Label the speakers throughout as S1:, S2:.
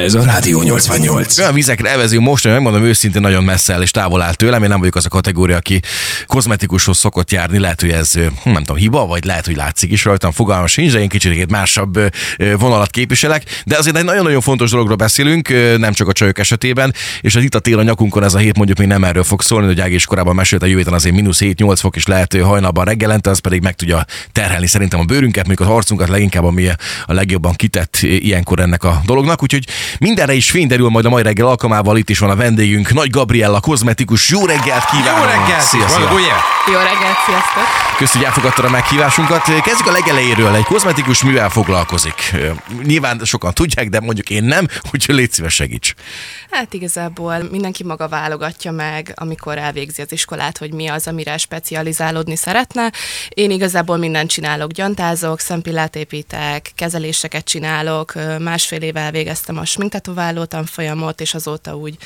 S1: Ez a Rádió 88.
S2: Olyan vizekre elvezünk most, hogy megmondom őszintén, nagyon messze el és távol áll tőlem. Én nem vagyok az a kategória, aki kozmetikushoz szokott járni. Lehet, hogy ez hm, nem tudom, hiba, vagy lehet, hogy látszik is rajtam. Fogalmam sincs, de én kicsit egy másabb ö, ö, vonalat képviselek. De azért egy nagyon-nagyon fontos dologról beszélünk, ö, nem csak a csajok esetében. És az itt a tél a nyakunkon ez a hét mondjuk még nem erről fog szólni, hogy Ági is korábban mesélte, jövő héten azért mínusz 7-8 fok is lehet ö, hajnalban reggelente, az pedig meg tudja terhelni szerintem a bőrünket, mondjuk az arcunkat leginkább, ami a legjobban kitett ö, ilyenkor ennek a dolognak. Úgyhogy mindenre is fény derül majd a mai reggel alkalmával. Itt is van a vendégünk, Nagy Gabriella, kozmetikus. Jó reggelt kívánok!
S3: Jó reggelt!
S2: Szia, szia.
S3: Való, ugye?
S4: Jó reggelt, sziasztok!
S2: Kösz, hogy elfogadtad a meghívásunkat. Kezdjük a legelejéről. Egy kozmetikus mivel foglalkozik? Ö, Nyilván sokan tudják, de mondjuk én nem, úgyhogy légy szíves segíts.
S4: Hát igazából mindenki maga válogatja meg, amikor elvégzi az iskolát, hogy mi az, amire specializálódni szeretne. Én igazából mindent csinálok, gyantázok, szempillát építek, kezeléseket csinálok, Ö, másfél éve elvégeztem a sminktetováló tanfolyamot, és azóta úgy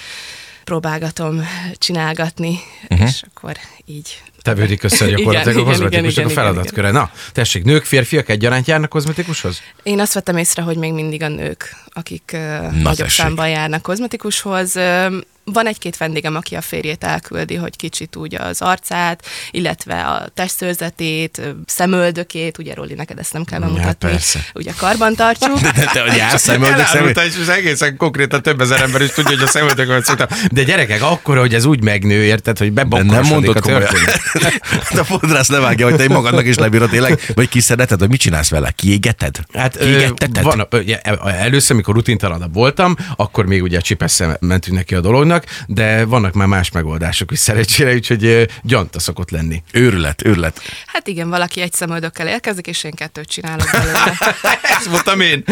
S4: próbálgatom csinálgatni, uh-huh. és akkor így.
S3: Tevődik össze
S4: Igen,
S3: gyakorlatilag a
S4: igen,
S3: kozmetikusnak a
S4: igen, igen,
S3: feladatköre. Na, tessék, nők, férfiak egyaránt járnak kozmetikushoz?
S4: Én azt vettem észre, hogy még mindig a nők, akik Na nagyobb
S2: tessék.
S4: számban járnak kozmetikushoz. Ö, Van egy-két vendégem, aki a férjét elküldi, hogy kicsit úgy az arcát, illetve a testszőrzetét, ö, szemöldökét, ugye Roli, neked ezt nem kell bemutatni,
S2: persze.
S4: ugye karban tartsuk.
S2: De te, hogy jársz, szemöldök, szemöldök.
S3: Elárulta, és az egészen konkrétan több ezer ember is tudja, hogy a szemöldökömet szoktam. De gyerekek, akkor, hogy ez úgy megnő, érted, hogy
S2: De nem
S3: bebakorosodik
S2: mondod
S3: a
S2: komolyan.
S3: történet.
S2: De Hát a fodrász levágja, hogy te magadnak is lebírod tényleg, vagy kiszereted, vagy mit csinálsz vele? Kiégeted?
S3: Hát ö,
S2: Kiégetteted?
S3: van, ö, ugye, e- először, mikor rutintalanabb voltam, akkor még ugye csipesszel mentünk neki a dolognak, de vannak már más megoldások is szerencsére, úgyhogy ö, gyanta szokott lenni.
S2: Őrület, őrület.
S4: Hát igen, valaki egy szemöldökkel érkezik, és én kettőt csinálok belőle.
S3: Ezt mondtam én.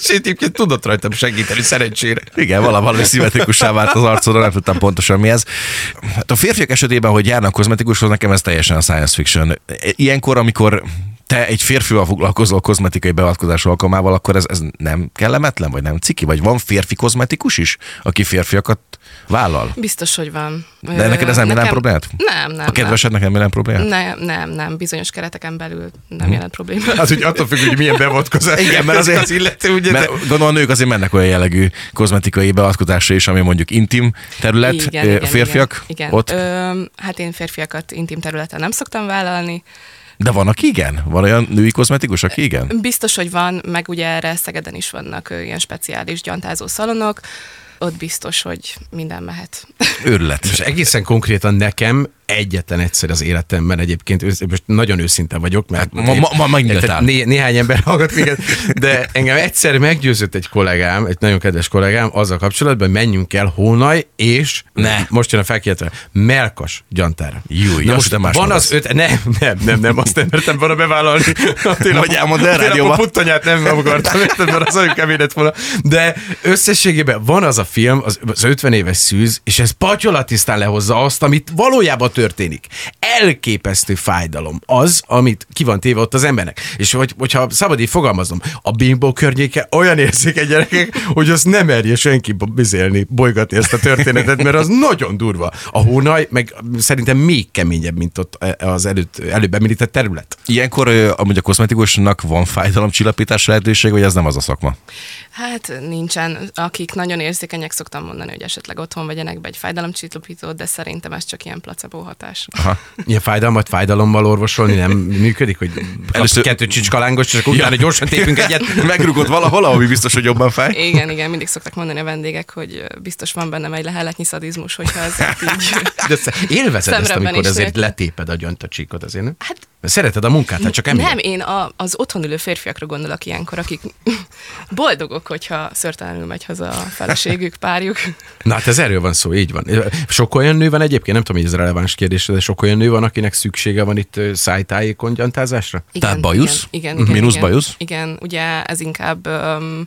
S3: És egyébként tudott rajtam segíteni, szerencsére.
S2: Igen, vala- valami szimmetrikussá vált az arcodra, nem tudtam pontosan mi ez. Hát a férfiak esetében, hogy járnak kozmetikushoz, nekem ez teljesen a science fiction. E, Ilyenkor, amikor te egy férfival foglalkozol kozmetikai beavatkozás alkalmával, akkor ez, ez nem kellemetlen, vagy nem ciki? Vagy van férfi kozmetikus is, aki férfiakat vállal?
S4: Biztos, hogy van.
S2: De neked ez nem jelent problémát?
S4: Nem, nem.
S2: A kedvesednek nem jelent problémát?
S4: Nem, nem, nem. Bizonyos kereteken belül
S2: Hm.
S4: nem jelent probléma.
S3: Hát, hogy attól függ, hogy milyen beavatkozás.
S2: Igen, mert azért-
S3: az illető, ugye,
S2: Mert
S3: de...
S2: gondolom a nők azért mennek olyan jellegű kozmetikai beavatkozásra is, ami mondjuk intim terület, igen, igen, férfiak
S4: igen, igen.
S2: ott,
S4: Ö, hát én férfiakat intim területen nem szoktam vállalni.
S2: de van, aki igen? Van olyan női kozmetikus, aki igen?
S4: Biztos, hogy van, meg ugye erre Szegeden is vannak ö, ilyen speciális gyantázó szalonok, ott biztos, hogy minden mehet.
S2: Őrület.
S3: Most egészen konkrétan nekem egyetlen egyszer az életemben egyébként, ősz- most nagyon őszinte vagyok, mert
S2: Hát Ma- ma- ma megnyíltál.
S3: Tehát né- néhány ember hallgat minket, de engem egyszer meggyőzött egy kollégám, egy nagyon kedves kollégám, azzal kapcsolatban, hogy menjünk el Hónaj és
S2: Ne.
S3: most jön a felkiáltás, Melkas gyantára.
S2: Jú, jó,
S3: Na most
S2: de más
S3: van
S2: mondasz.
S3: az öt, nem, nem, nem, nem, azt nem mertem volna bevállalni. A télap-
S2: Vagy elmondd el
S3: a télapok
S2: rádióban.
S3: puttonyát nem akartam, érted, mert az olyan kemény lett volna. De összességében van az a film, az, az 50 éves szűz, és ez patyolatisztán lehozza azt, amit valójában történik. Elképesztő fájdalom az, amit ki van téve ott az embernek. És hogy, hogyha szabad így fogalmazom, a bimbo környéke olyan érzékeny gyerekek, hogy azt nem merje senki bo- bizélni, bolygatni ezt a történetet, mert az nagyon durva. A hónaj, meg szerintem még keményebb, mint ott e- az előtt, előbb említett terület.
S2: Ilyenkor ö, amúgy a kozmetikusnak van fájdalomcsillapítás lehetőség, vagy ez nem az a szakma?
S4: Hát nincsen. Akik nagyon érzékenyek, szoktam mondani, hogy esetleg otthon vegyenek be egy fájdalomcsillapítót, de szerintem ez csak ilyen placebo hatás.
S2: Aha.
S3: Ilyen fájdalmat fájdalommal orvosolni nem működik, hogy
S2: Először-
S3: Először... kettő csicskalángos, és akkor utána gyorsan tépünk egyet.
S2: Megrugod valahol, ami biztos, hogy jobban fáj.
S4: Igen, igen, mindig szoktak mondani a vendégek, hogy ö, biztos van bennem egy leheletnyi szadizmus, hogyha ez így
S3: De ezt élvezed ezt,
S4: Szemrebben
S3: amikor
S4: is
S3: azért
S4: született.
S3: letéped a gyöntöcsíkot azért, nem?
S4: Hát-
S3: Mert Szereted a munkát, hát csak emiatt.
S4: Nem, én a, az otthon ülő férfiakra gondolok ilyenkor, akik boldogok, hogyha szörtelenül megy haza a feleségük, párjuk.
S3: Na hát ez erről van szó, így van. Sok olyan nő van egyébként, nem tudom, hogy ez releváns kérdés, de sok olyan nő van, akinek szüksége van itt ö, szájtájékon gyantázásra?
S2: Tehát bajusz?
S4: Igen,
S3: Mhm.
S4: igen, igen,
S2: Mínusz
S4: igen,
S2: bajusz?
S4: Igen, ugye ez inkább um,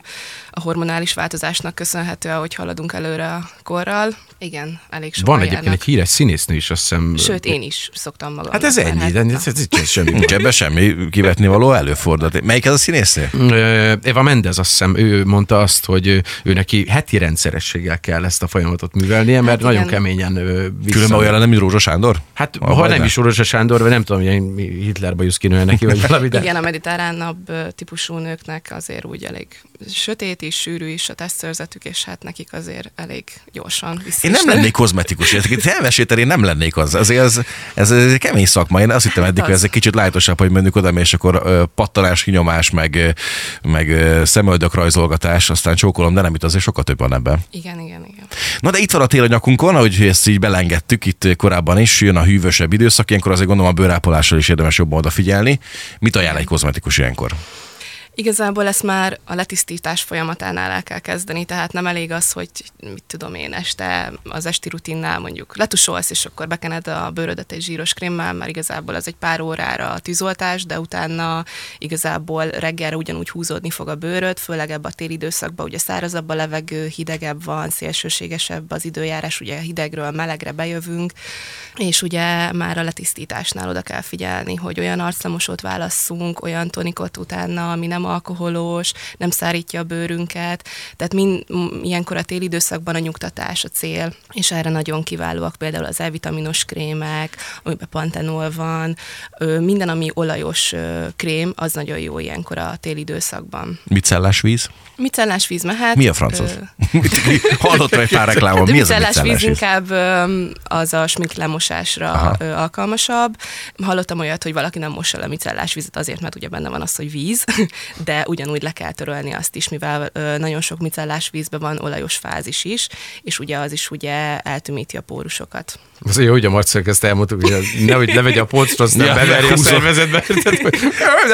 S4: a hormonális változásnak köszönhető, ahogy haladunk előre a korral. Igen, elég sokan
S3: Van egyébként
S4: járnak.
S3: egy híres színésznő is, azt hiszem.
S4: Sőt, én is szoktam magam.
S3: Hát ez ennyi, de ez, ez, ez semmi.
S2: Nincs ebbe semmi kivetni való előfordult. Melyik ez a színésznő?
S3: Ö, Eva Mendez azt hiszem, ő mondta azt, hogy ő, ő neki heti rendszerességgel kell ezt a folyamatot művelnie, mert
S4: Hát
S3: nagyon
S4: igen.
S3: keményen ö, vissza.
S2: Különben olyan lenne, mint Rózsa Sándor?
S3: Hát,
S2: Ah,
S3: ha
S2: vagy
S3: nem is Orvosa Sándor, vagy nem tudom, ilyen Hitler bajusz kinő neki, vagy valami, de...
S4: Igen, a mediterránabb ö, típusú nőknek azért úgy elég sötét is, sűrű is a testszörzetük, és hát nekik azért elég gyorsan vissza
S2: Én
S4: is
S2: nem
S4: terül.
S2: lennék kozmetikus. Értek, Te elmeséted, én nem lennék az. Azért ez, ez, ez egy kemény szakma. Én azt hittem eddig, hogy ez egy kicsit lájtosabb, hogy mondjuk oda, és akkor ö, pattanás, kinyomás, meg, ö, meg ö, szemöldök rajzolgatás, aztán csókolom, de nem itt azért sokkal több van ebben.
S4: Igen, igen, igen.
S2: Na de itt van a tél a nyakunkon, ahogy ezt így belengedtük itt korábban is, jön a hűvösebb időszak, ilyenkor azért gondolom a bőrápolással is érdemes jobban odafigyelni. Mit ajánl egy kozmetikus ilyenkor?
S4: Igazából ezt már a letisztítás folyamatánál el kell kezdeni, tehát nem elég az, hogy mit tudom én, este az esti rutinnál mondjuk letusolsz, és akkor bekened a bőrödet egy zsíros krémmel, már igazából az egy pár órára a tűzoltás, de utána igazából reggelre ugyanúgy húzódni fog a bőröd, főleg ebbe a téli időszakban ugye szárazabb a levegő, hidegebb van, szélsőségesebb az időjárás, ugye hidegről melegre bejövünk, és ugye már a letisztításnál oda kell figyelni, hogy olyan arclemosót válasszunk, olyan tonikot utána, ami nem alkoholos, nem szárítja a bőrünket, tehát mind, m- ilyenkor a téli időszakban a nyugtatás a cél, és erre nagyon kiválóak például az E-vitaminos krémek, amiben pantenol van, ö, minden, ami olajos ö, krém, az nagyon jó ilyenkor a téli időszakban.
S2: Micellás víz?
S4: Micellás víz mehet.
S2: Mi a francos?
S4: Ö,
S2: Hallottam egy pár
S4: Hát
S2: reklámon.
S4: a
S2: Mi ez a
S4: micellás
S2: micellás
S4: víz
S2: víz?
S4: inkább öm, az a smink lemosásra
S2: Aha.
S4: ö, alkalmasabb. Hallottam olyat, hogy valaki nem mossa le micellás vizet azért, mert ugye benne van az, hogy víz, de ugyanúgy le kell törölni azt is, mivel ö, nagyon sok micellás vízben van olajos fázis is, és ugye az is ugye eltümíti a pórusokat.
S3: Azért jó, hogy a Marcel ezt elmondtuk, hogy az- nehogy levegye a polcra, aztán
S2: Ja,
S3: ja, beverje a
S2: húzom.
S3: szervezetbe. Tehát, hogy-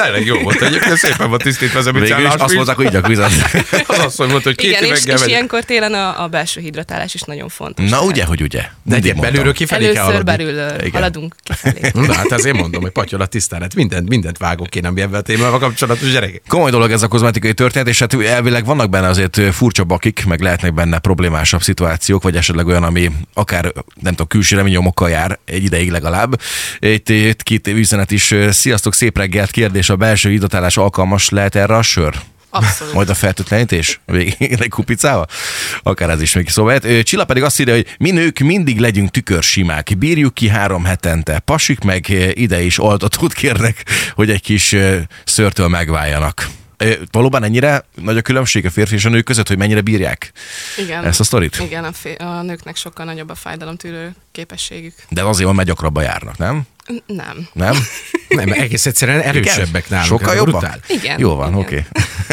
S3: Elég jó volt egyébként, szépen van tisztítva az a
S2: Végül is
S3: micellás
S2: azt
S3: víz.
S2: mondták, hogy igyak vizet.
S3: Az asszony mondta, hogy két
S4: Igen, és,
S3: üveggel
S4: és
S3: megy.
S4: ilyenkor télen a, a belső hidratálás is nagyon fontos.
S2: Na
S4: Tehát
S2: ugye, hogy ugye.
S3: De
S2: Mindig
S3: egyéb
S2: mondtam.
S3: belülről kifelé kell
S4: Először
S3: haladni.
S4: belül ö,
S2: Igen.
S4: haladunk kifelé.
S3: Na hát azért mondom, hogy patyolat tisztán, hát mindent, mindent vágok én, ami ebben a témával kapcsolatos gyerekek.
S2: Komoly dolog ez a kozmetikai történet, és hát elvileg vannak benne azért furcsa bakik, meg lehetnek benne problémásabb szituációk, vagy esetleg olyan, ami akár, nem tudom, külső reményomokkal jár egy ideig legalább. Itt, itt két üzenet is. Sziasztok, szép reggelt! Kérdés, a belső hidratálás alkalmas lehet erre a sör?
S4: Abszolút.
S2: Majd a fertőtlenítés végén egy kupicával? Akár ez is még szóval. lehet. Ö, Csilla pedig azt írja, hogy mi nők mindig legyünk tükörsimák, bírjuk ki három hetente, pasik meg ö, ide is altatót kérnek, hogy egy kis ö, szörtől megváljanak. Ö, Valóban ennyire nagy a különbség a férfi és a nők között, hogy mennyire bírják
S4: Igen.
S2: ezt a sztorit?
S4: Igen, a, fé- a nőknek sokkal nagyobb a fájdalomtűrő képességük.
S2: De azért van, mert gyakrabban járnak, nem?
S4: N- Nem.
S2: Nem?
S3: Nem, egész egyszerűen erősebbek nálunk.
S2: Sokkal
S3: ez
S2: jobban?
S3: brutál.
S4: Igen,
S2: Jó van,
S4: igen.
S2: oké.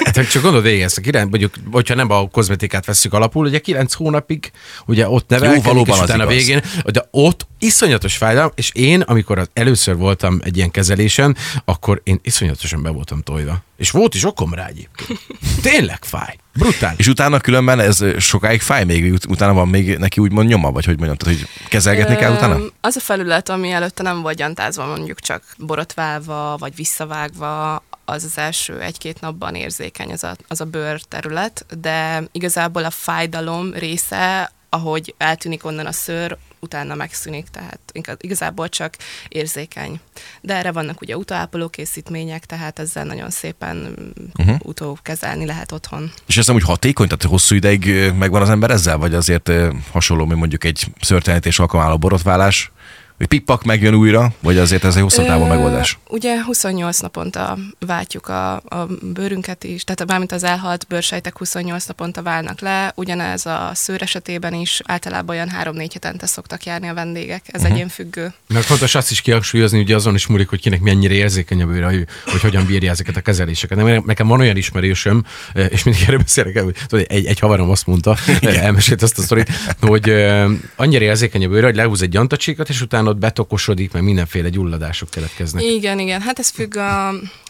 S3: Hát csak gondolod végig ezt a kilenc, mondjuk, hogyha nem a kozmetikát vesszük alapul, ugye kilenc hónapig, ugye ott nevelkedik,
S2: valóban
S3: és
S2: az
S3: utána
S2: igaz.
S3: végén, de ott iszonyatos fájdalom, és én, amikor az először voltam egy ilyen kezelésen, akkor én iszonyatosan be voltam tojva. És volt is okomra egyébként. Tényleg fáj. Brutál.
S2: És utána különben ez ö, sokáig fáj még, ut- utána van még neki úgymond nyoma, vagy hogy mondjam, tehát hogy kezelgetni kell utána?
S4: Öm, Az a felület, ami előtte nem volt gyantázva, mondjuk csak borotválva, vagy visszavágva, az az első egy-két napban érzékeny az a, az a bőrterület, de igazából a fájdalom része, ahogy eltűnik onnan a szőr, utána megszűnik, tehát inkább- igazából csak érzékeny. De erre vannak ugye utóápoló készítmények, tehát ezzel nagyon szépen
S2: Mhm.
S4: uh-huh. utókezelni lehet otthon.
S2: És ez nem úgy hatékony, tehát hosszú ideig ö, megvan az ember ezzel, vagy azért ö, hasonló, mint mondjuk egy szörtelenítés alkalmával a borotválás, hogy pikpak megjön újra, vagy azért ez egy hosszú távú
S4: Ö,
S2: megoldás?
S4: Ugye 28 naponta váltjuk a, a bőrünket is, tehát bármint az elhalt bőrsejtek 28 naponta válnak le, ugyanez a szőr esetében is általában olyan 3-4 hetente szoktak járni a vendégek, ez uh-huh. egyénfüggő.
S3: Meg fontos azt is kihangsúlyozni, ugye azon is múlik, hogy kinek mennyire érzékeny a bőre, hogy, hogy hogyan bírja ezeket a kezeléseket. Nem, nekem van olyan ismerősöm, eh, és mindig erről beszélek, el, hogy tudod, egy, egy haverom azt mondta, eh, elmesélt azt a sztorit, hogy eh, annyira érzékeny a bőre, hogy lehúz egy gyantacsékat, és utána ott betokosodik, meg mindenféle gyulladások keletkeznek.
S4: Igen, igen, hát ez függ a,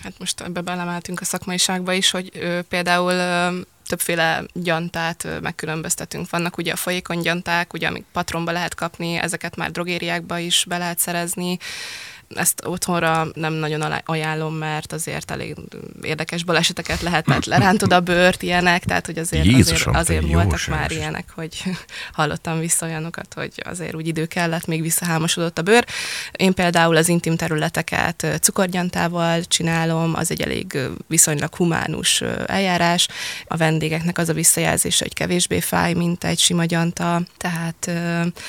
S4: hát most ebbe belemeltünk a szakmaiságba is, hogy ö, például ö, többféle gyantát ö, megkülönböztetünk. Vannak ugye a folyékony gyanták, ugye, amik patronba lehet kapni, ezeket már drogériákba is be lehet szerezni, ezt otthonra nem nagyon alá- ajánlom, mert azért elég érdekes baleseteket lehetett, lerántod a bőrt, ilyenek, tehát hogy azért, azért,
S2: Jézusom, te
S4: azért
S2: jó
S4: voltak
S2: sem
S4: már
S2: is.
S4: ilyenek, hogy hallottam vissza olyanokat, hogy azért úgy idő kellett, még visszahámosodott a bőr. Én például az intim területeket ö, cukorgyantával csinálom, az egy elég ö, viszonylag humánus ö, eljárás. A vendégeknek az a visszajelzése, hogy kevésbé fáj, mint egy sima gyanta, tehát ö, hát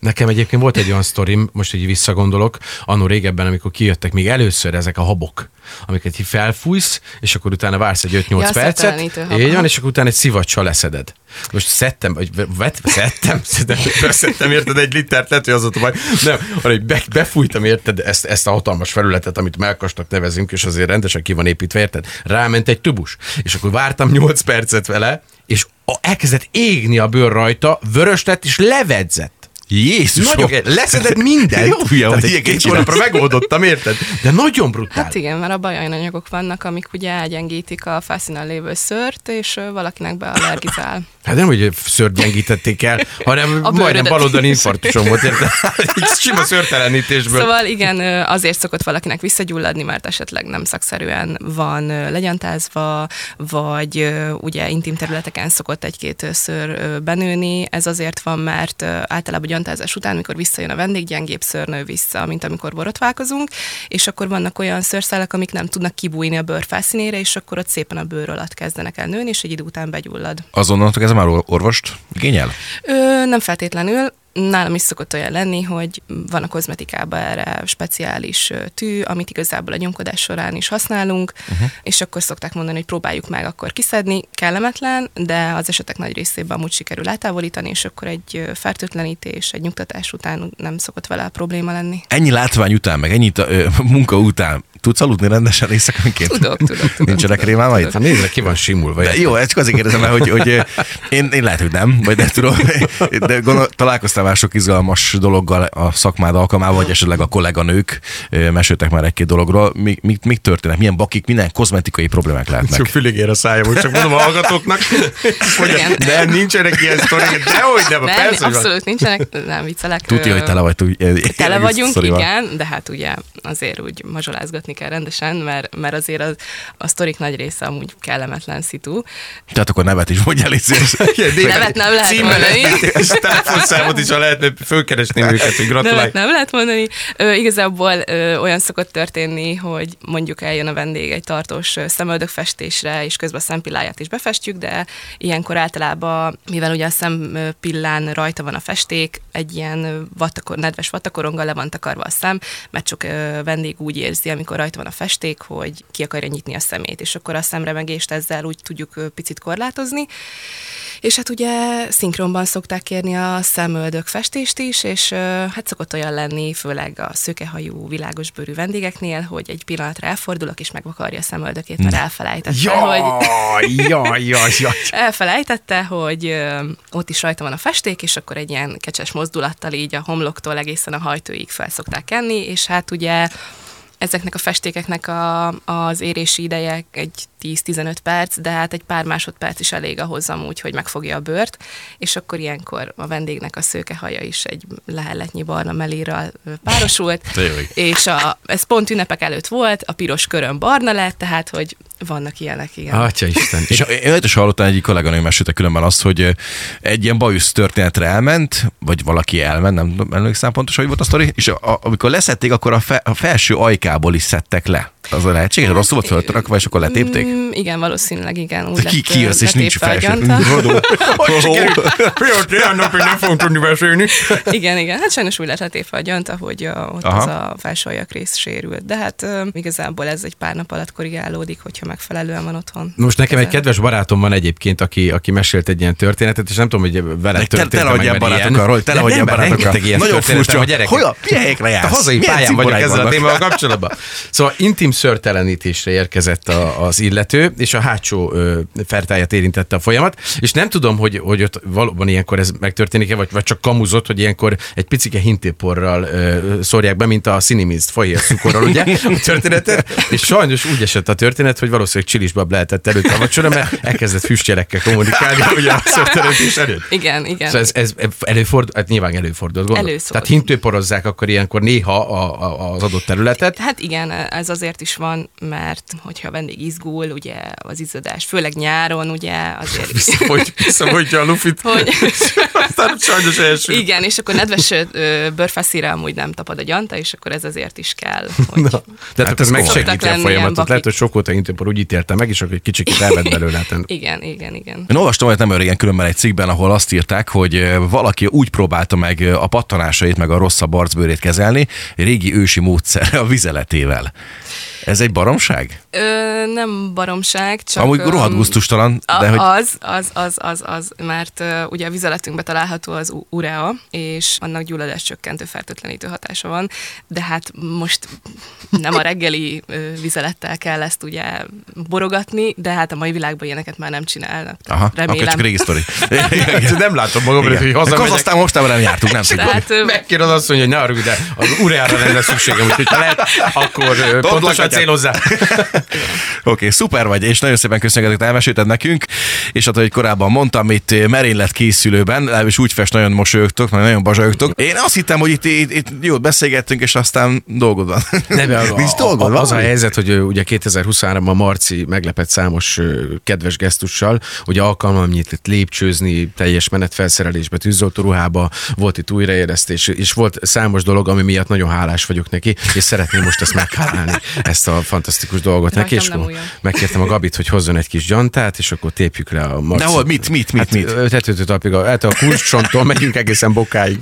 S3: Nekem egyébként volt egy olyan sztorim, most így visszagondolok, annó régebben, amikor kijöttek még először ezek a habok, amiket így felfújsz, és akkor utána vársz egy 5-8
S4: Ja,
S3: percet,
S4: széttelenítő hab,
S3: így
S4: aha.
S3: van, és akkor utána egy szivacsal leszeded. Most szedtem, vagy v- vet, szedtem, szedtem, szedtem, érted, egy litert, lehet, hogy az volt a baj. Nem, hanem be, befújtam, érted, ezt, ezt a hatalmas felületet, amit melkasnak nevezünk, és azért rendesen ki van építve, érted? Ráment egy tubus, és akkor vártam 8 percet vele, és a, elkezdett égni a bőr rajta, vörös lett, és levedzett.
S2: Jézus,
S3: Nagyon kell, leszedett mindent.
S2: Jó, fiam,
S3: Tehát
S2: hogy
S3: egy
S2: ilyeneket
S3: két hónapra megoldottam, érted? De nagyon brutál.
S4: Hát igen, mert abban olyan anyagok vannak, amik ugye elgyengítik a felszínen lévő szőrt, és ö, valakinek beallergizál.
S3: Hát nem, hogy szört gyengítették el, hanem
S4: bőrödet
S3: majdnem baloldali
S4: is.
S3: infarktusom volt, érted? Egy Sima szörtelenítésből.
S4: Szóval igen, ö, azért szokott valakinek visszagyulladni, mert esetleg nem szakszerűen van ö, legyantázva, vagy ö, ugye intim területeken szokott egy-két ö, szőr ö, benőni. Ez azért van, mert ö, általában gyantázás után, amikor visszajön a vendég, gyengébb szőr nő vissza, mint amikor borotválkozunk, és akkor vannak olyan szőrszálak, amik nem tudnak kibújni a bőr felszínére, és akkor ott szépen a bőr alatt kezdenek el nőni, és egy idő után begyullad.
S2: Azonnal ez már or- orvost igényel?
S4: Ö, nem feltétlenül. Nálam is szokott olyan lenni, hogy van a kozmetikában erre speciális ö, tű, amit igazából a nyomkodás során is használunk, uh-huh. és akkor szokták mondani, hogy próbáljuk meg akkor kiszedni, kellemetlen, de az esetek nagy részében amúgy sikerül eltávolítani, és akkor egy ö, fertőtlenítés, egy nyugtatás után nem szokott vele probléma lenni.
S2: Ennyi látvány után, meg ennyi ö, munka után tudsz aludni rendesen éjszakánként?
S4: Tudok, tudok, tudok.
S2: Nincsenek
S4: tudok,
S2: rémálmaid?
S4: tudok.
S3: Hát nézd, ki van simulva.
S2: De jó, ezt csak azért kérdezem el, hogy, hogy ö, én, én lehet, hogy nem, vagy nem tudom, de gondol, találkoztál már sok izgalmas dologgal a szakmád alkalmával, vagy esetleg a kolléganők ö, meséltek már egy-két dologról. Mi, mi, mi történnek? Milyen bakik, milyen kozmetikai problémák
S3: Csak
S2: lehetnek?
S3: fülig ér a szájam, hogy csak mondom a hallgatóknak, hogy
S4: Igen.
S3: nem, nincsenek ilyen sztorik, dehogy nem,
S4: Nem,
S3: persze, hogy van.
S4: abszolút nincsenek, nem viccelek.
S2: Tudja,
S4: ö,
S2: hogy tele vagy. eh, Tud,
S4: tele vagyunk, igen, de hát ugye azért úgy mazsolázgatni kell rendesen, mert, mert azért a, a sztorik nagy része amúgy kellemetlen szitu.
S2: Tehát akkor nevet is mondjál, légy szíves.
S3: Igen, de-
S4: Nevet nem lehet
S3: címmel
S4: mondani.
S3: lehet, És telefonszámot is, ha lehetne fölkeresni őket, hogy
S4: Nevet
S3: gratulálj.
S4: nem lehet mondani. Ö, igazából ö, olyan szokott történni, hogy mondjuk eljön a vendég egy tartós ö, szemöldökfestésre, és közben a szempilláját is befestjük, de ilyenkor általában, mivel ugye a szempillán rajta van a festék, egy ilyen ö, vattakor, nedves vattakoronggal le van takarva a szem, mert csak ö, vendég úgy érzi, amikor rajta van a festék, hogy ki akarja nyitni a szemét, és akkor a szemremegést ezzel úgy tudjuk ö, picit korlátozni. És hát ugye szinkronban szokták kérni a szemöldök festést is, és ö, hát szokott olyan lenni, főleg a szőkehajú, világos bőrű vendégeknél, hogy egy pillanatra elfordulok, és megvakarja a szemöldökét, mert elfelejtette, hogy
S3: Jaj, jaj, jaj, jaj.
S4: elfelejtette, hogy ö, ott is rajta van a festék, és akkor egy ilyen kecses mozdulattal így a homloktól egészen a hajtőig fel szokták enni, és hát ugye ezeknek a festékeknek a, az érési ideje egy 10-15 perc, de hát egy pár másodperc is elég ahhoz amúgy, hogy megfogja a bőrt, és akkor ilyenkor a vendégnek a szőke haja is egy lehelletnyi barna mellérral ö, párosult,
S2: Tényleg.
S4: és a, ez pont ünnepek előtt volt, a piros körön barna lett, tehát hogy vannak ilyenek, igen.
S3: Atya Isten.
S2: És én olyat is hallottam egyik kolléganő mesélte különben azt, hogy ö, egy ilyen bajusz történetre elment, vagy valaki elment, nem tudom, emlékszem pontosan, hogy volt a sztori, és a, amikor leszették, akkor a, fe, a felső ajkából is szedtek le. Az a lehetséges, rosszul volt föltrakva, és akkor letépték?
S4: Mm, igen, valószínűleg igen. Úgy
S2: Tehát ki,
S4: lett,
S2: ki jössz,
S4: ö,
S2: és nincs
S4: letépve a
S2: felső.
S4: gyanta.
S2: Rodó.
S3: Miért ilyen napig nem fogunk tudni beszélni?
S4: igen, igen. Hát sajnos úgy lett letépve a gyanta, hogy a, ott
S2: Aha.
S4: az a felső ajkrész sérült. De hát ö, igazából ez egy pár nap alatt korrigálódik, hogyha megfelelően van otthon.
S3: Most nekem egy kedves barátom van egyébként, aki, aki mesélt egy ilyen történetet, és nem tudom, hogy vele
S2: Te-
S3: történt.
S2: Tele vagy ilyen barátokkal, Roy, tele vagy ilyen barátokkal.
S3: Nagyon furcsa.
S2: Hol a milyen helyekre jársz?
S3: A hazai
S2: Milyen
S3: pályán vagyok
S2: cimboráid
S3: ezzel a
S2: vannak?
S3: témával kapcsolatban. Szóval intim szörtelenítésre érkezett a, az illető, és a hátsó ö, fertáját érintette a folyamat, és nem tudom, hogy, hogy ott valóban ilyenkor ez megtörténik-e, vagy, vagy csak kamuzott, hogy ilyenkor egy picike hintéporral ö, szórják be, mint a szinimiszt fahér cukorral, ugye, a történetet, és sajnos úgy esett a történet, hogy valószínűleg csilisbab lehetett előtt a vacsora, mert elkezdett füstjelekkel kommunikálni, ugye a szörtelenítés előtt.
S4: Igen, igen.
S3: Szóval ez, ez előfordul, hát nyilván előfordul, gondolom.
S4: Először.
S3: Tehát hintőporozzák akkor ilyenkor néha a, a, az adott területet.
S4: Hát igen, ez azért is van, mert hogyha a vendég izgul, ugye az izzadás, főleg nyáron, ugye azért...
S3: Hogy visszavogyja a lufit,
S4: Hogy-
S3: aztán sajnos elsül.
S4: Igen, és akkor nedves ö, bőrfeszére amúgy nem tapad a gyanta, és akkor ez azért is kell, hogy
S3: Na, de hát
S2: Hát
S3: ez
S2: ez
S4: szoktak lenni
S3: megsegíti a
S4: ilyen
S3: folyamatot.
S4: bakik.
S3: Lehet, hogy sok óta intőpor úgy ítélte meg, és akkor egy kicsit elvett belőle. Hát
S4: Igen, igen, igen.
S2: Én olvastam olyat nem olyan régen különben egy cikkben, ahol azt írták, hogy ö, valaki úgy próbálta meg ö, a pattanásait, meg a rosszabb arcbőrét kezelni, régi ősi módszerre a vizeletével. Ez egy baromság?
S4: Ö, nem baromság, csak...
S2: Amúgy
S4: öm,
S2: rohadt gusztustalan,
S4: a-
S2: de hogy...
S4: Az, az, az, az, az, mert ö, ugye a vizeletünkben található az u- urea, és annak gyulladás csökkentő, fertőtlenítő hatása van, de hát most nem a reggeli ö, vizelettel kell ezt ugye borogatni, de hát a mai világban ilyeneket már nem csinálnak.
S2: Aha,
S4: Remélem.
S2: akkor csak régi sztori.
S3: hát nem látom magam előtt, hogy hazamegyek.
S2: Kazasztán mostában nem jártuk, nem tudjuk.
S4: Tehát, ö,
S3: Megkér az asszony, hogy ne arra, de az urára lenne szükségem, úgyhogy ha lehet, akkor ö, pontosan
S2: atyám.
S3: célozzá.
S2: Oké, okay, szuper vagy, és nagyon szépen köszönjük, hogy elmesélted nekünk, és hát, ahogy korábban mondtam, itt merénylet készülőben, és úgy fest nagyon mosolyogtok, meg nagyon bazsajogtok. Én azt hittem, hogy itt, itt, itt jót beszélgettünk, és aztán dolgod van. Nincs dolgod,
S3: az a
S2: valami?
S3: helyzet, hogy ö, ugye 2023-ban Marci meglepett számos ö, kedves gesztussal, ugye alkalmam nyitett lépcsőzni, teljes menetfelszerelésbe, tűzoltó ruhába, volt itt újraéreztés, és volt számos dolog, ami miatt nagyon hálás vagyok neki, és szeretném most ezt meghálálni, ezt a fantasztikus dolgot neki,
S4: Rajtam
S3: és
S4: nem
S3: akkor
S4: újra.
S3: megkértem a Gabit, hogy hozzon egy kis gyantát, és akkor tépjük le a Marci.
S2: De hol, mit, mit, mit, mit?
S3: Hát, tetőtől talpig, a- hát a kulcsontól megyünk egészen bokáig.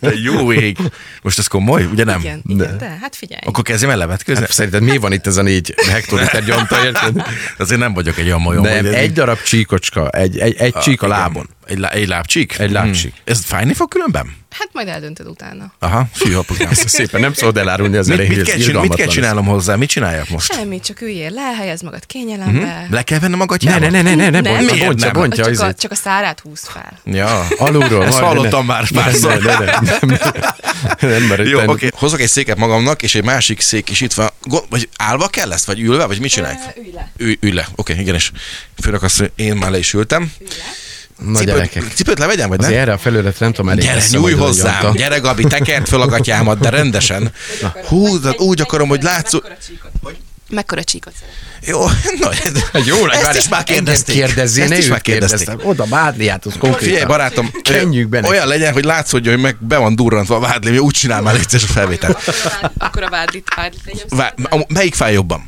S2: De jó ég. Most ez komoly, ugye nem?
S4: igen, igen, de hát figyelj.
S2: Akkor kezdjem el levetkőzni.
S3: Hát,
S2: Hát,
S3: szerinted mi van itt ez a négy hektoliter gyanta, Hát, érted?
S2: azért nem vagyok egy olyan majom.
S3: Nem,
S2: hogy ez Ah,
S3: egy darab csíkocska, egy, egy, egy csík a
S2: igen.
S3: lábon.
S2: Egy, lá- egy lábcsík?
S3: Egy lábcsík.
S2: Hmm. Ez fájni fog különben?
S4: Hát majd eldöntöd utána.
S2: Aha, fű, apukám.
S3: Ezt szépen nem szabad elárulni az
S2: Mit,
S3: elején.
S2: mit,
S3: ez
S2: kell, csinál, mit kell
S3: irgalmatlan.
S2: csinálnom hozzá? Mit csináljak
S3: Hát-
S2: most? Mhm.
S4: Semmi, csak üljél le, helyezd magad kényelembe.
S2: Le kell vennem a
S3: Ne,
S2: gatyámat?
S3: ne, ne, ne, ne, ne,
S4: Nem.
S3: bontja,
S4: Miért
S3: bontja,
S2: nem?
S3: bontja.
S4: csak, a,
S3: izét.
S4: csak a szárát húz fel.
S2: Ja.
S3: Alulról.
S2: izé. Ezt
S3: majd, ne,
S2: hallottam
S3: ne.
S2: már
S3: Ne,
S2: párszor.
S3: ne, ne, ne, nem, nem, mert
S2: Jó, oké.
S3: itt-
S2: Okay. Hozok egy széket magamnak, és egy másik szék is itt van. Go- vagy állva kell ezt, vagy ülve, vagy mit csinálják?
S4: Ö, ülj le.
S2: Ülj, ülj le. Oké, okay, igenis. Főnök azt, hogy én már le is ültem.
S3: Na gyerekek,
S2: Cipőt, cipőt levegyem, vagy
S3: az
S2: nem?
S3: erre a felületre nem tudom elég.
S2: Gyere,
S3: messze
S2: nyúj
S3: vagy a
S2: hozzám,
S3: gyanta.
S2: gyere Gabi, tekert fel a gatyámat, de rendesen. Hú, de úgy akarom, hogy látszó...
S4: Mekkora csíkot szeretnél?
S2: Jó, na,
S3: Jó,
S2: ezt
S3: várj,
S2: is már
S3: engem
S2: kérdezték.
S3: Kérdezzé,
S2: ezt
S3: ne
S2: is
S3: őt
S2: már kérdezték.
S3: kérdeztem. Oda Bádliát, az konkrétan.
S2: Figyelj, barátom,
S3: Kenjük be neki.
S2: olyan legyen, hogy látszódjon, hogy meg be van durrantva a vádli, hogy úgy csinál már légy szíves a felvételt.
S4: Akkor a vádlit, vádlit legyen.
S2: Vá- a- melyik fáj jobban?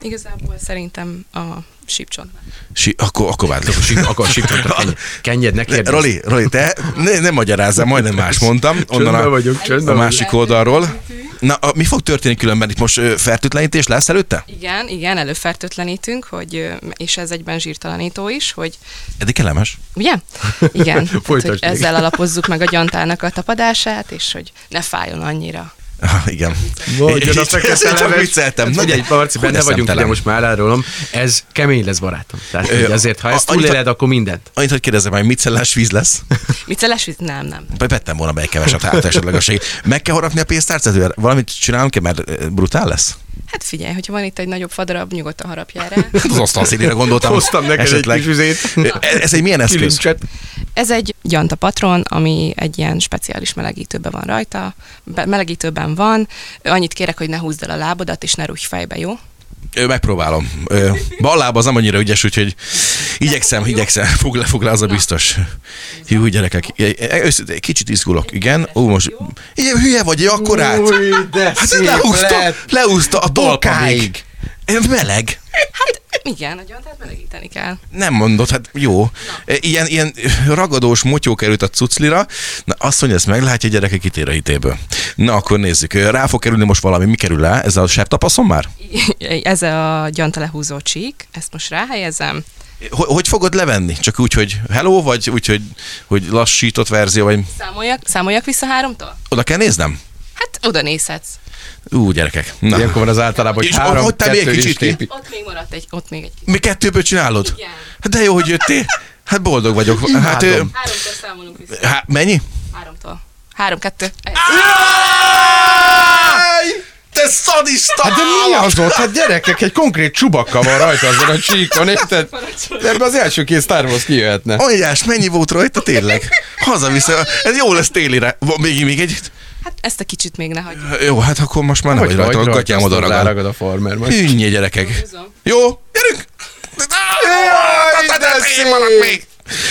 S4: Igazából szerintem a sípcsont.
S2: Si, akkor, akkor vádli.
S3: Sik- Akkor sikra kenjed, ne kérdezz.
S2: Roli, Roli, te ne, ne magyarázzál, majdnem más mondtam. Onnan a,
S3: Csöndben vagyok, csöndben
S2: a másik oldalról. Na, a, mi fog történni különben? Itt most ö, fertőtlenítés lesz előtte?
S4: Igen, igen, előfertőtlenítünk, hogy, ö, és ez egyben zsírtalanító is, hogy
S2: Eddig kellemes.
S4: ugye? Igen, tehát, hogy
S3: Folytasd még.
S4: ezzel alapozzuk meg a gyantának a tapadását, és hogy ne fájjon annyira.
S2: Ah, igen.
S3: Vagy
S2: Én-
S3: a
S2: én- én
S3: fekete
S2: csak
S3: leves.
S2: vicceltem.
S3: Hát
S2: Na,
S3: Figyelj,
S2: de-
S3: Marci,
S2: hú,
S3: benne
S2: de
S3: vagyunk,
S2: szemtelen.
S3: ugye most már elárulom. Ez kemény lesz, barátom. Tehát
S2: Ö,
S3: így azért, ha
S2: a-
S3: ezt
S2: annyit-
S3: túléled, akkor mindent.
S2: Annyit, hogy kérdezem, hogy micellás víz lesz?
S4: Miceles víz? Nem, nem.
S2: Vagy vettem volna be egy keveset, hát esetleg a segít. Meg kell harapni a pénztárcát, valamit csinálunk -e, mert ö, brutál lesz?
S4: Hát figyelj, hogyha van itt egy nagyobb fadarab, nyugodtan harapjál rá.
S2: Hát az asztal szélére gondoltam.
S3: Hoztam neked egy kis vizét.
S2: Ö, Eh, Ez, ez egy milyen eszköz?
S3: Kilincset.
S4: Ez egy gyanta patron, ami egy ilyen speciális melegítőben van rajta, be, melegítőben van. Annyit kérek, hogy ne húzd el a lábodat, és ne rúgj fejbe, jó?
S2: Ö, megpróbálom. Ö, bal lába az nem annyira ügyes, úgyhogy igyekszem, igyekszem. Fog le, fog le, az a biztos. Hű, gyerekek, e- őszintén, kicsit izgulok. Igen, ó, most... Igen, hülye vagy, ja, akkor át.
S3: Új, de
S2: Hát ez
S3: szép
S2: leúszta,
S3: lett.
S2: leúszta a
S3: Bokáig.
S2: dolkáig. Ez meleg.
S4: Hát igen, a gyantát melegíteni kell.
S2: Nem mondod, hát jó. E, Ilyen, ilyen ragadós motyó került a cuclira. Na, azt mondja, ezt meglátja, gyerekek kitér a hitéből. Na, akkor nézzük. Ö, Rá fog kerülni most valami. Mi kerül rá? Ez a sebb tapaszom már?
S4: Ez a gyanta lehúzó csík, ezt most ráhelyezem.
S2: Hogy, hogy fogod levenni? Csak úgy, hogy hello, vagy úgy, hogy, hogy lassított verzió, vagy
S4: Számoljak, számoljak vissza háromtól?
S2: oda kell néznem?
S4: Hát oda nézhetsz.
S2: Ú, gyerekek. Na.
S3: Ilyenkor van az általában, hogy
S2: És
S3: három,
S2: ott hagytál még
S3: kettő
S2: egy
S3: is
S2: kicsit ki?
S3: tépi.
S4: Ott még maradt egy, ott még egy kis.
S2: Mi kettőből csinálod?
S4: Igen.
S2: Hát de jó, hogy jöttél. Hát boldog vagyok. Hát, ö,
S3: Imádom.
S4: Háromtól számolunk vissza.
S2: hát mennyi?
S4: Háromtól. Három, kettő. egy.
S2: Te szadista!
S3: Hát de mi az ott? Hát gyerekek, egy konkrét csubakka van rajta azon a csíkon, érted? De ebbe az első két Star Wars kijöhetne.
S2: Anyás, mennyi volt rajta tényleg? Hazavisze, ez jó lesz télire. Van még, még egy?
S4: Hát ezt a kicsit még ne hagyjuk.
S2: Jó, hát akkor most már nem vagy rajta, a gatyám
S3: azt
S2: odaragad.
S3: ráragad a farmer majd.
S2: Hűnjé, gyerekek.
S4: Húzom.
S2: Jó, gyerünk!
S3: Jaj, de
S2: Én maradok még!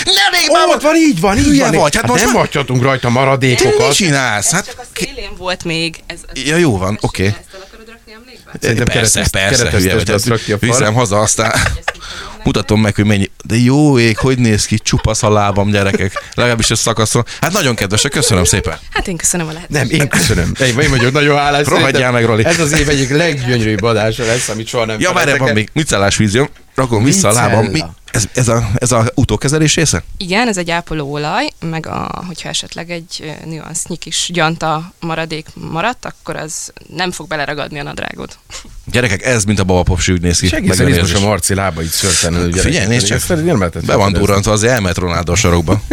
S2: Ne még már!
S3: Ó, ott van, így van, így
S2: Hülye
S3: van.
S2: vagy, hát most
S3: nem
S2: már-
S3: hagyhatunk rajta
S2: Mit
S3: maradékokat.
S2: csinálsz?
S4: Ez csak
S2: Hát,
S4: a szélén volt még. Ez, ez
S2: ja, jó van, oké.
S4: Ezt el akarod rakni emlékbe?
S3: Szerintem
S2: Persze,
S3: keretes-
S2: persze,
S3: kereteztes
S2: hülye vagy.
S3: azt rakja a
S2: Hát
S3: far.
S2: Viszem haza, aztán mutatom meg, hogy mennyi. De jó ég, hogy néz ki, csupasz a lábam, gyerekek. Legalábbis a szakaszon. Hát nagyon kedvesek, köszönöm szépen.
S4: Hát én köszönöm a lehetőséget.
S3: Nem, én köszönöm. Én, én vagyok nagyon hálás.
S2: Rohadjál
S3: Szerintem
S2: meg, Roli.
S3: Ez az év egyik leggyönyörűbb adása lesz, amit soha nem
S2: Ja, várjál,
S3: felejtek
S2: van
S3: el.
S2: még micellás vízió. Rakom vissza a lábam. Mi,
S3: Micella.
S2: ez, ez, a, ez a utókezelés része?
S4: Igen, ez egy ápolóolaj, meg a, hogyha esetleg egy ö, nüansznyi kis gyanta maradék maradt, akkor az nem fog beleragadni a nadrágod.
S2: Gyerekek, ez mint a babapopsi úgy néz ki.
S3: Segítsen
S2: Megvan
S3: izmos a
S2: érzés.
S3: Marci lábait szörtelen.
S2: Figyelj, nézd csak. Be van durrantva az elmet Ronaldo a sarokba.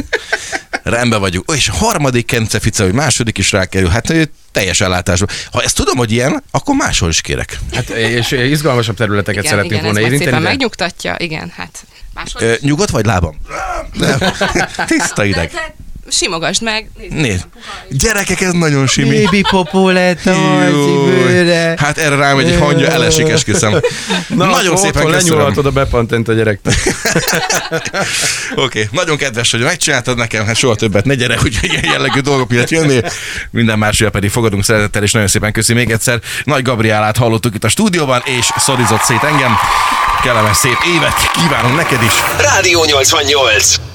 S2: Rendben vagyunk. Ó, És a harmadik Kence Fica, hogy második is rákerül. Hát ő teljes ellátásban. Ha ezt tudom, hogy ilyen, akkor máshol is kérek.
S3: Hát, és izgalmasabb területeket
S4: igen,
S3: szeretnénk
S4: igen,
S3: volna
S4: ez majd
S3: érinteni.
S4: szépen
S3: de-
S4: megnyugtatja. Igen, hát máshol.
S2: Ö, nyugodt vagy lábam? Nem. Tiszta
S4: de,
S2: ideg.
S4: de simogasd meg. Nézd.
S2: Nézd. Gyerekek, ez nagyon simi.
S3: Baby popó lett
S2: Júj. Hát erre rámegy egy hangja, elesik, esküszöm.
S3: Na,
S2: Nagyon szépen köszönöm.
S3: lenyúlhatod a bepantent a gyereknek.
S2: Oké, okay. nagyon kedves, hogy megcsináltad nekem, hát soha többet ne gyere, hogy ilyen jellegű dolgok miatt jönnél. Minden másfél pedig fogadunk szeretettel, és nagyon szépen köszi még egyszer. Nagy Gabriálát hallottuk itt a stúdióban, és szorizott szét engem. Kellemes szép évet kívánunk neked is.
S1: Rádió 88.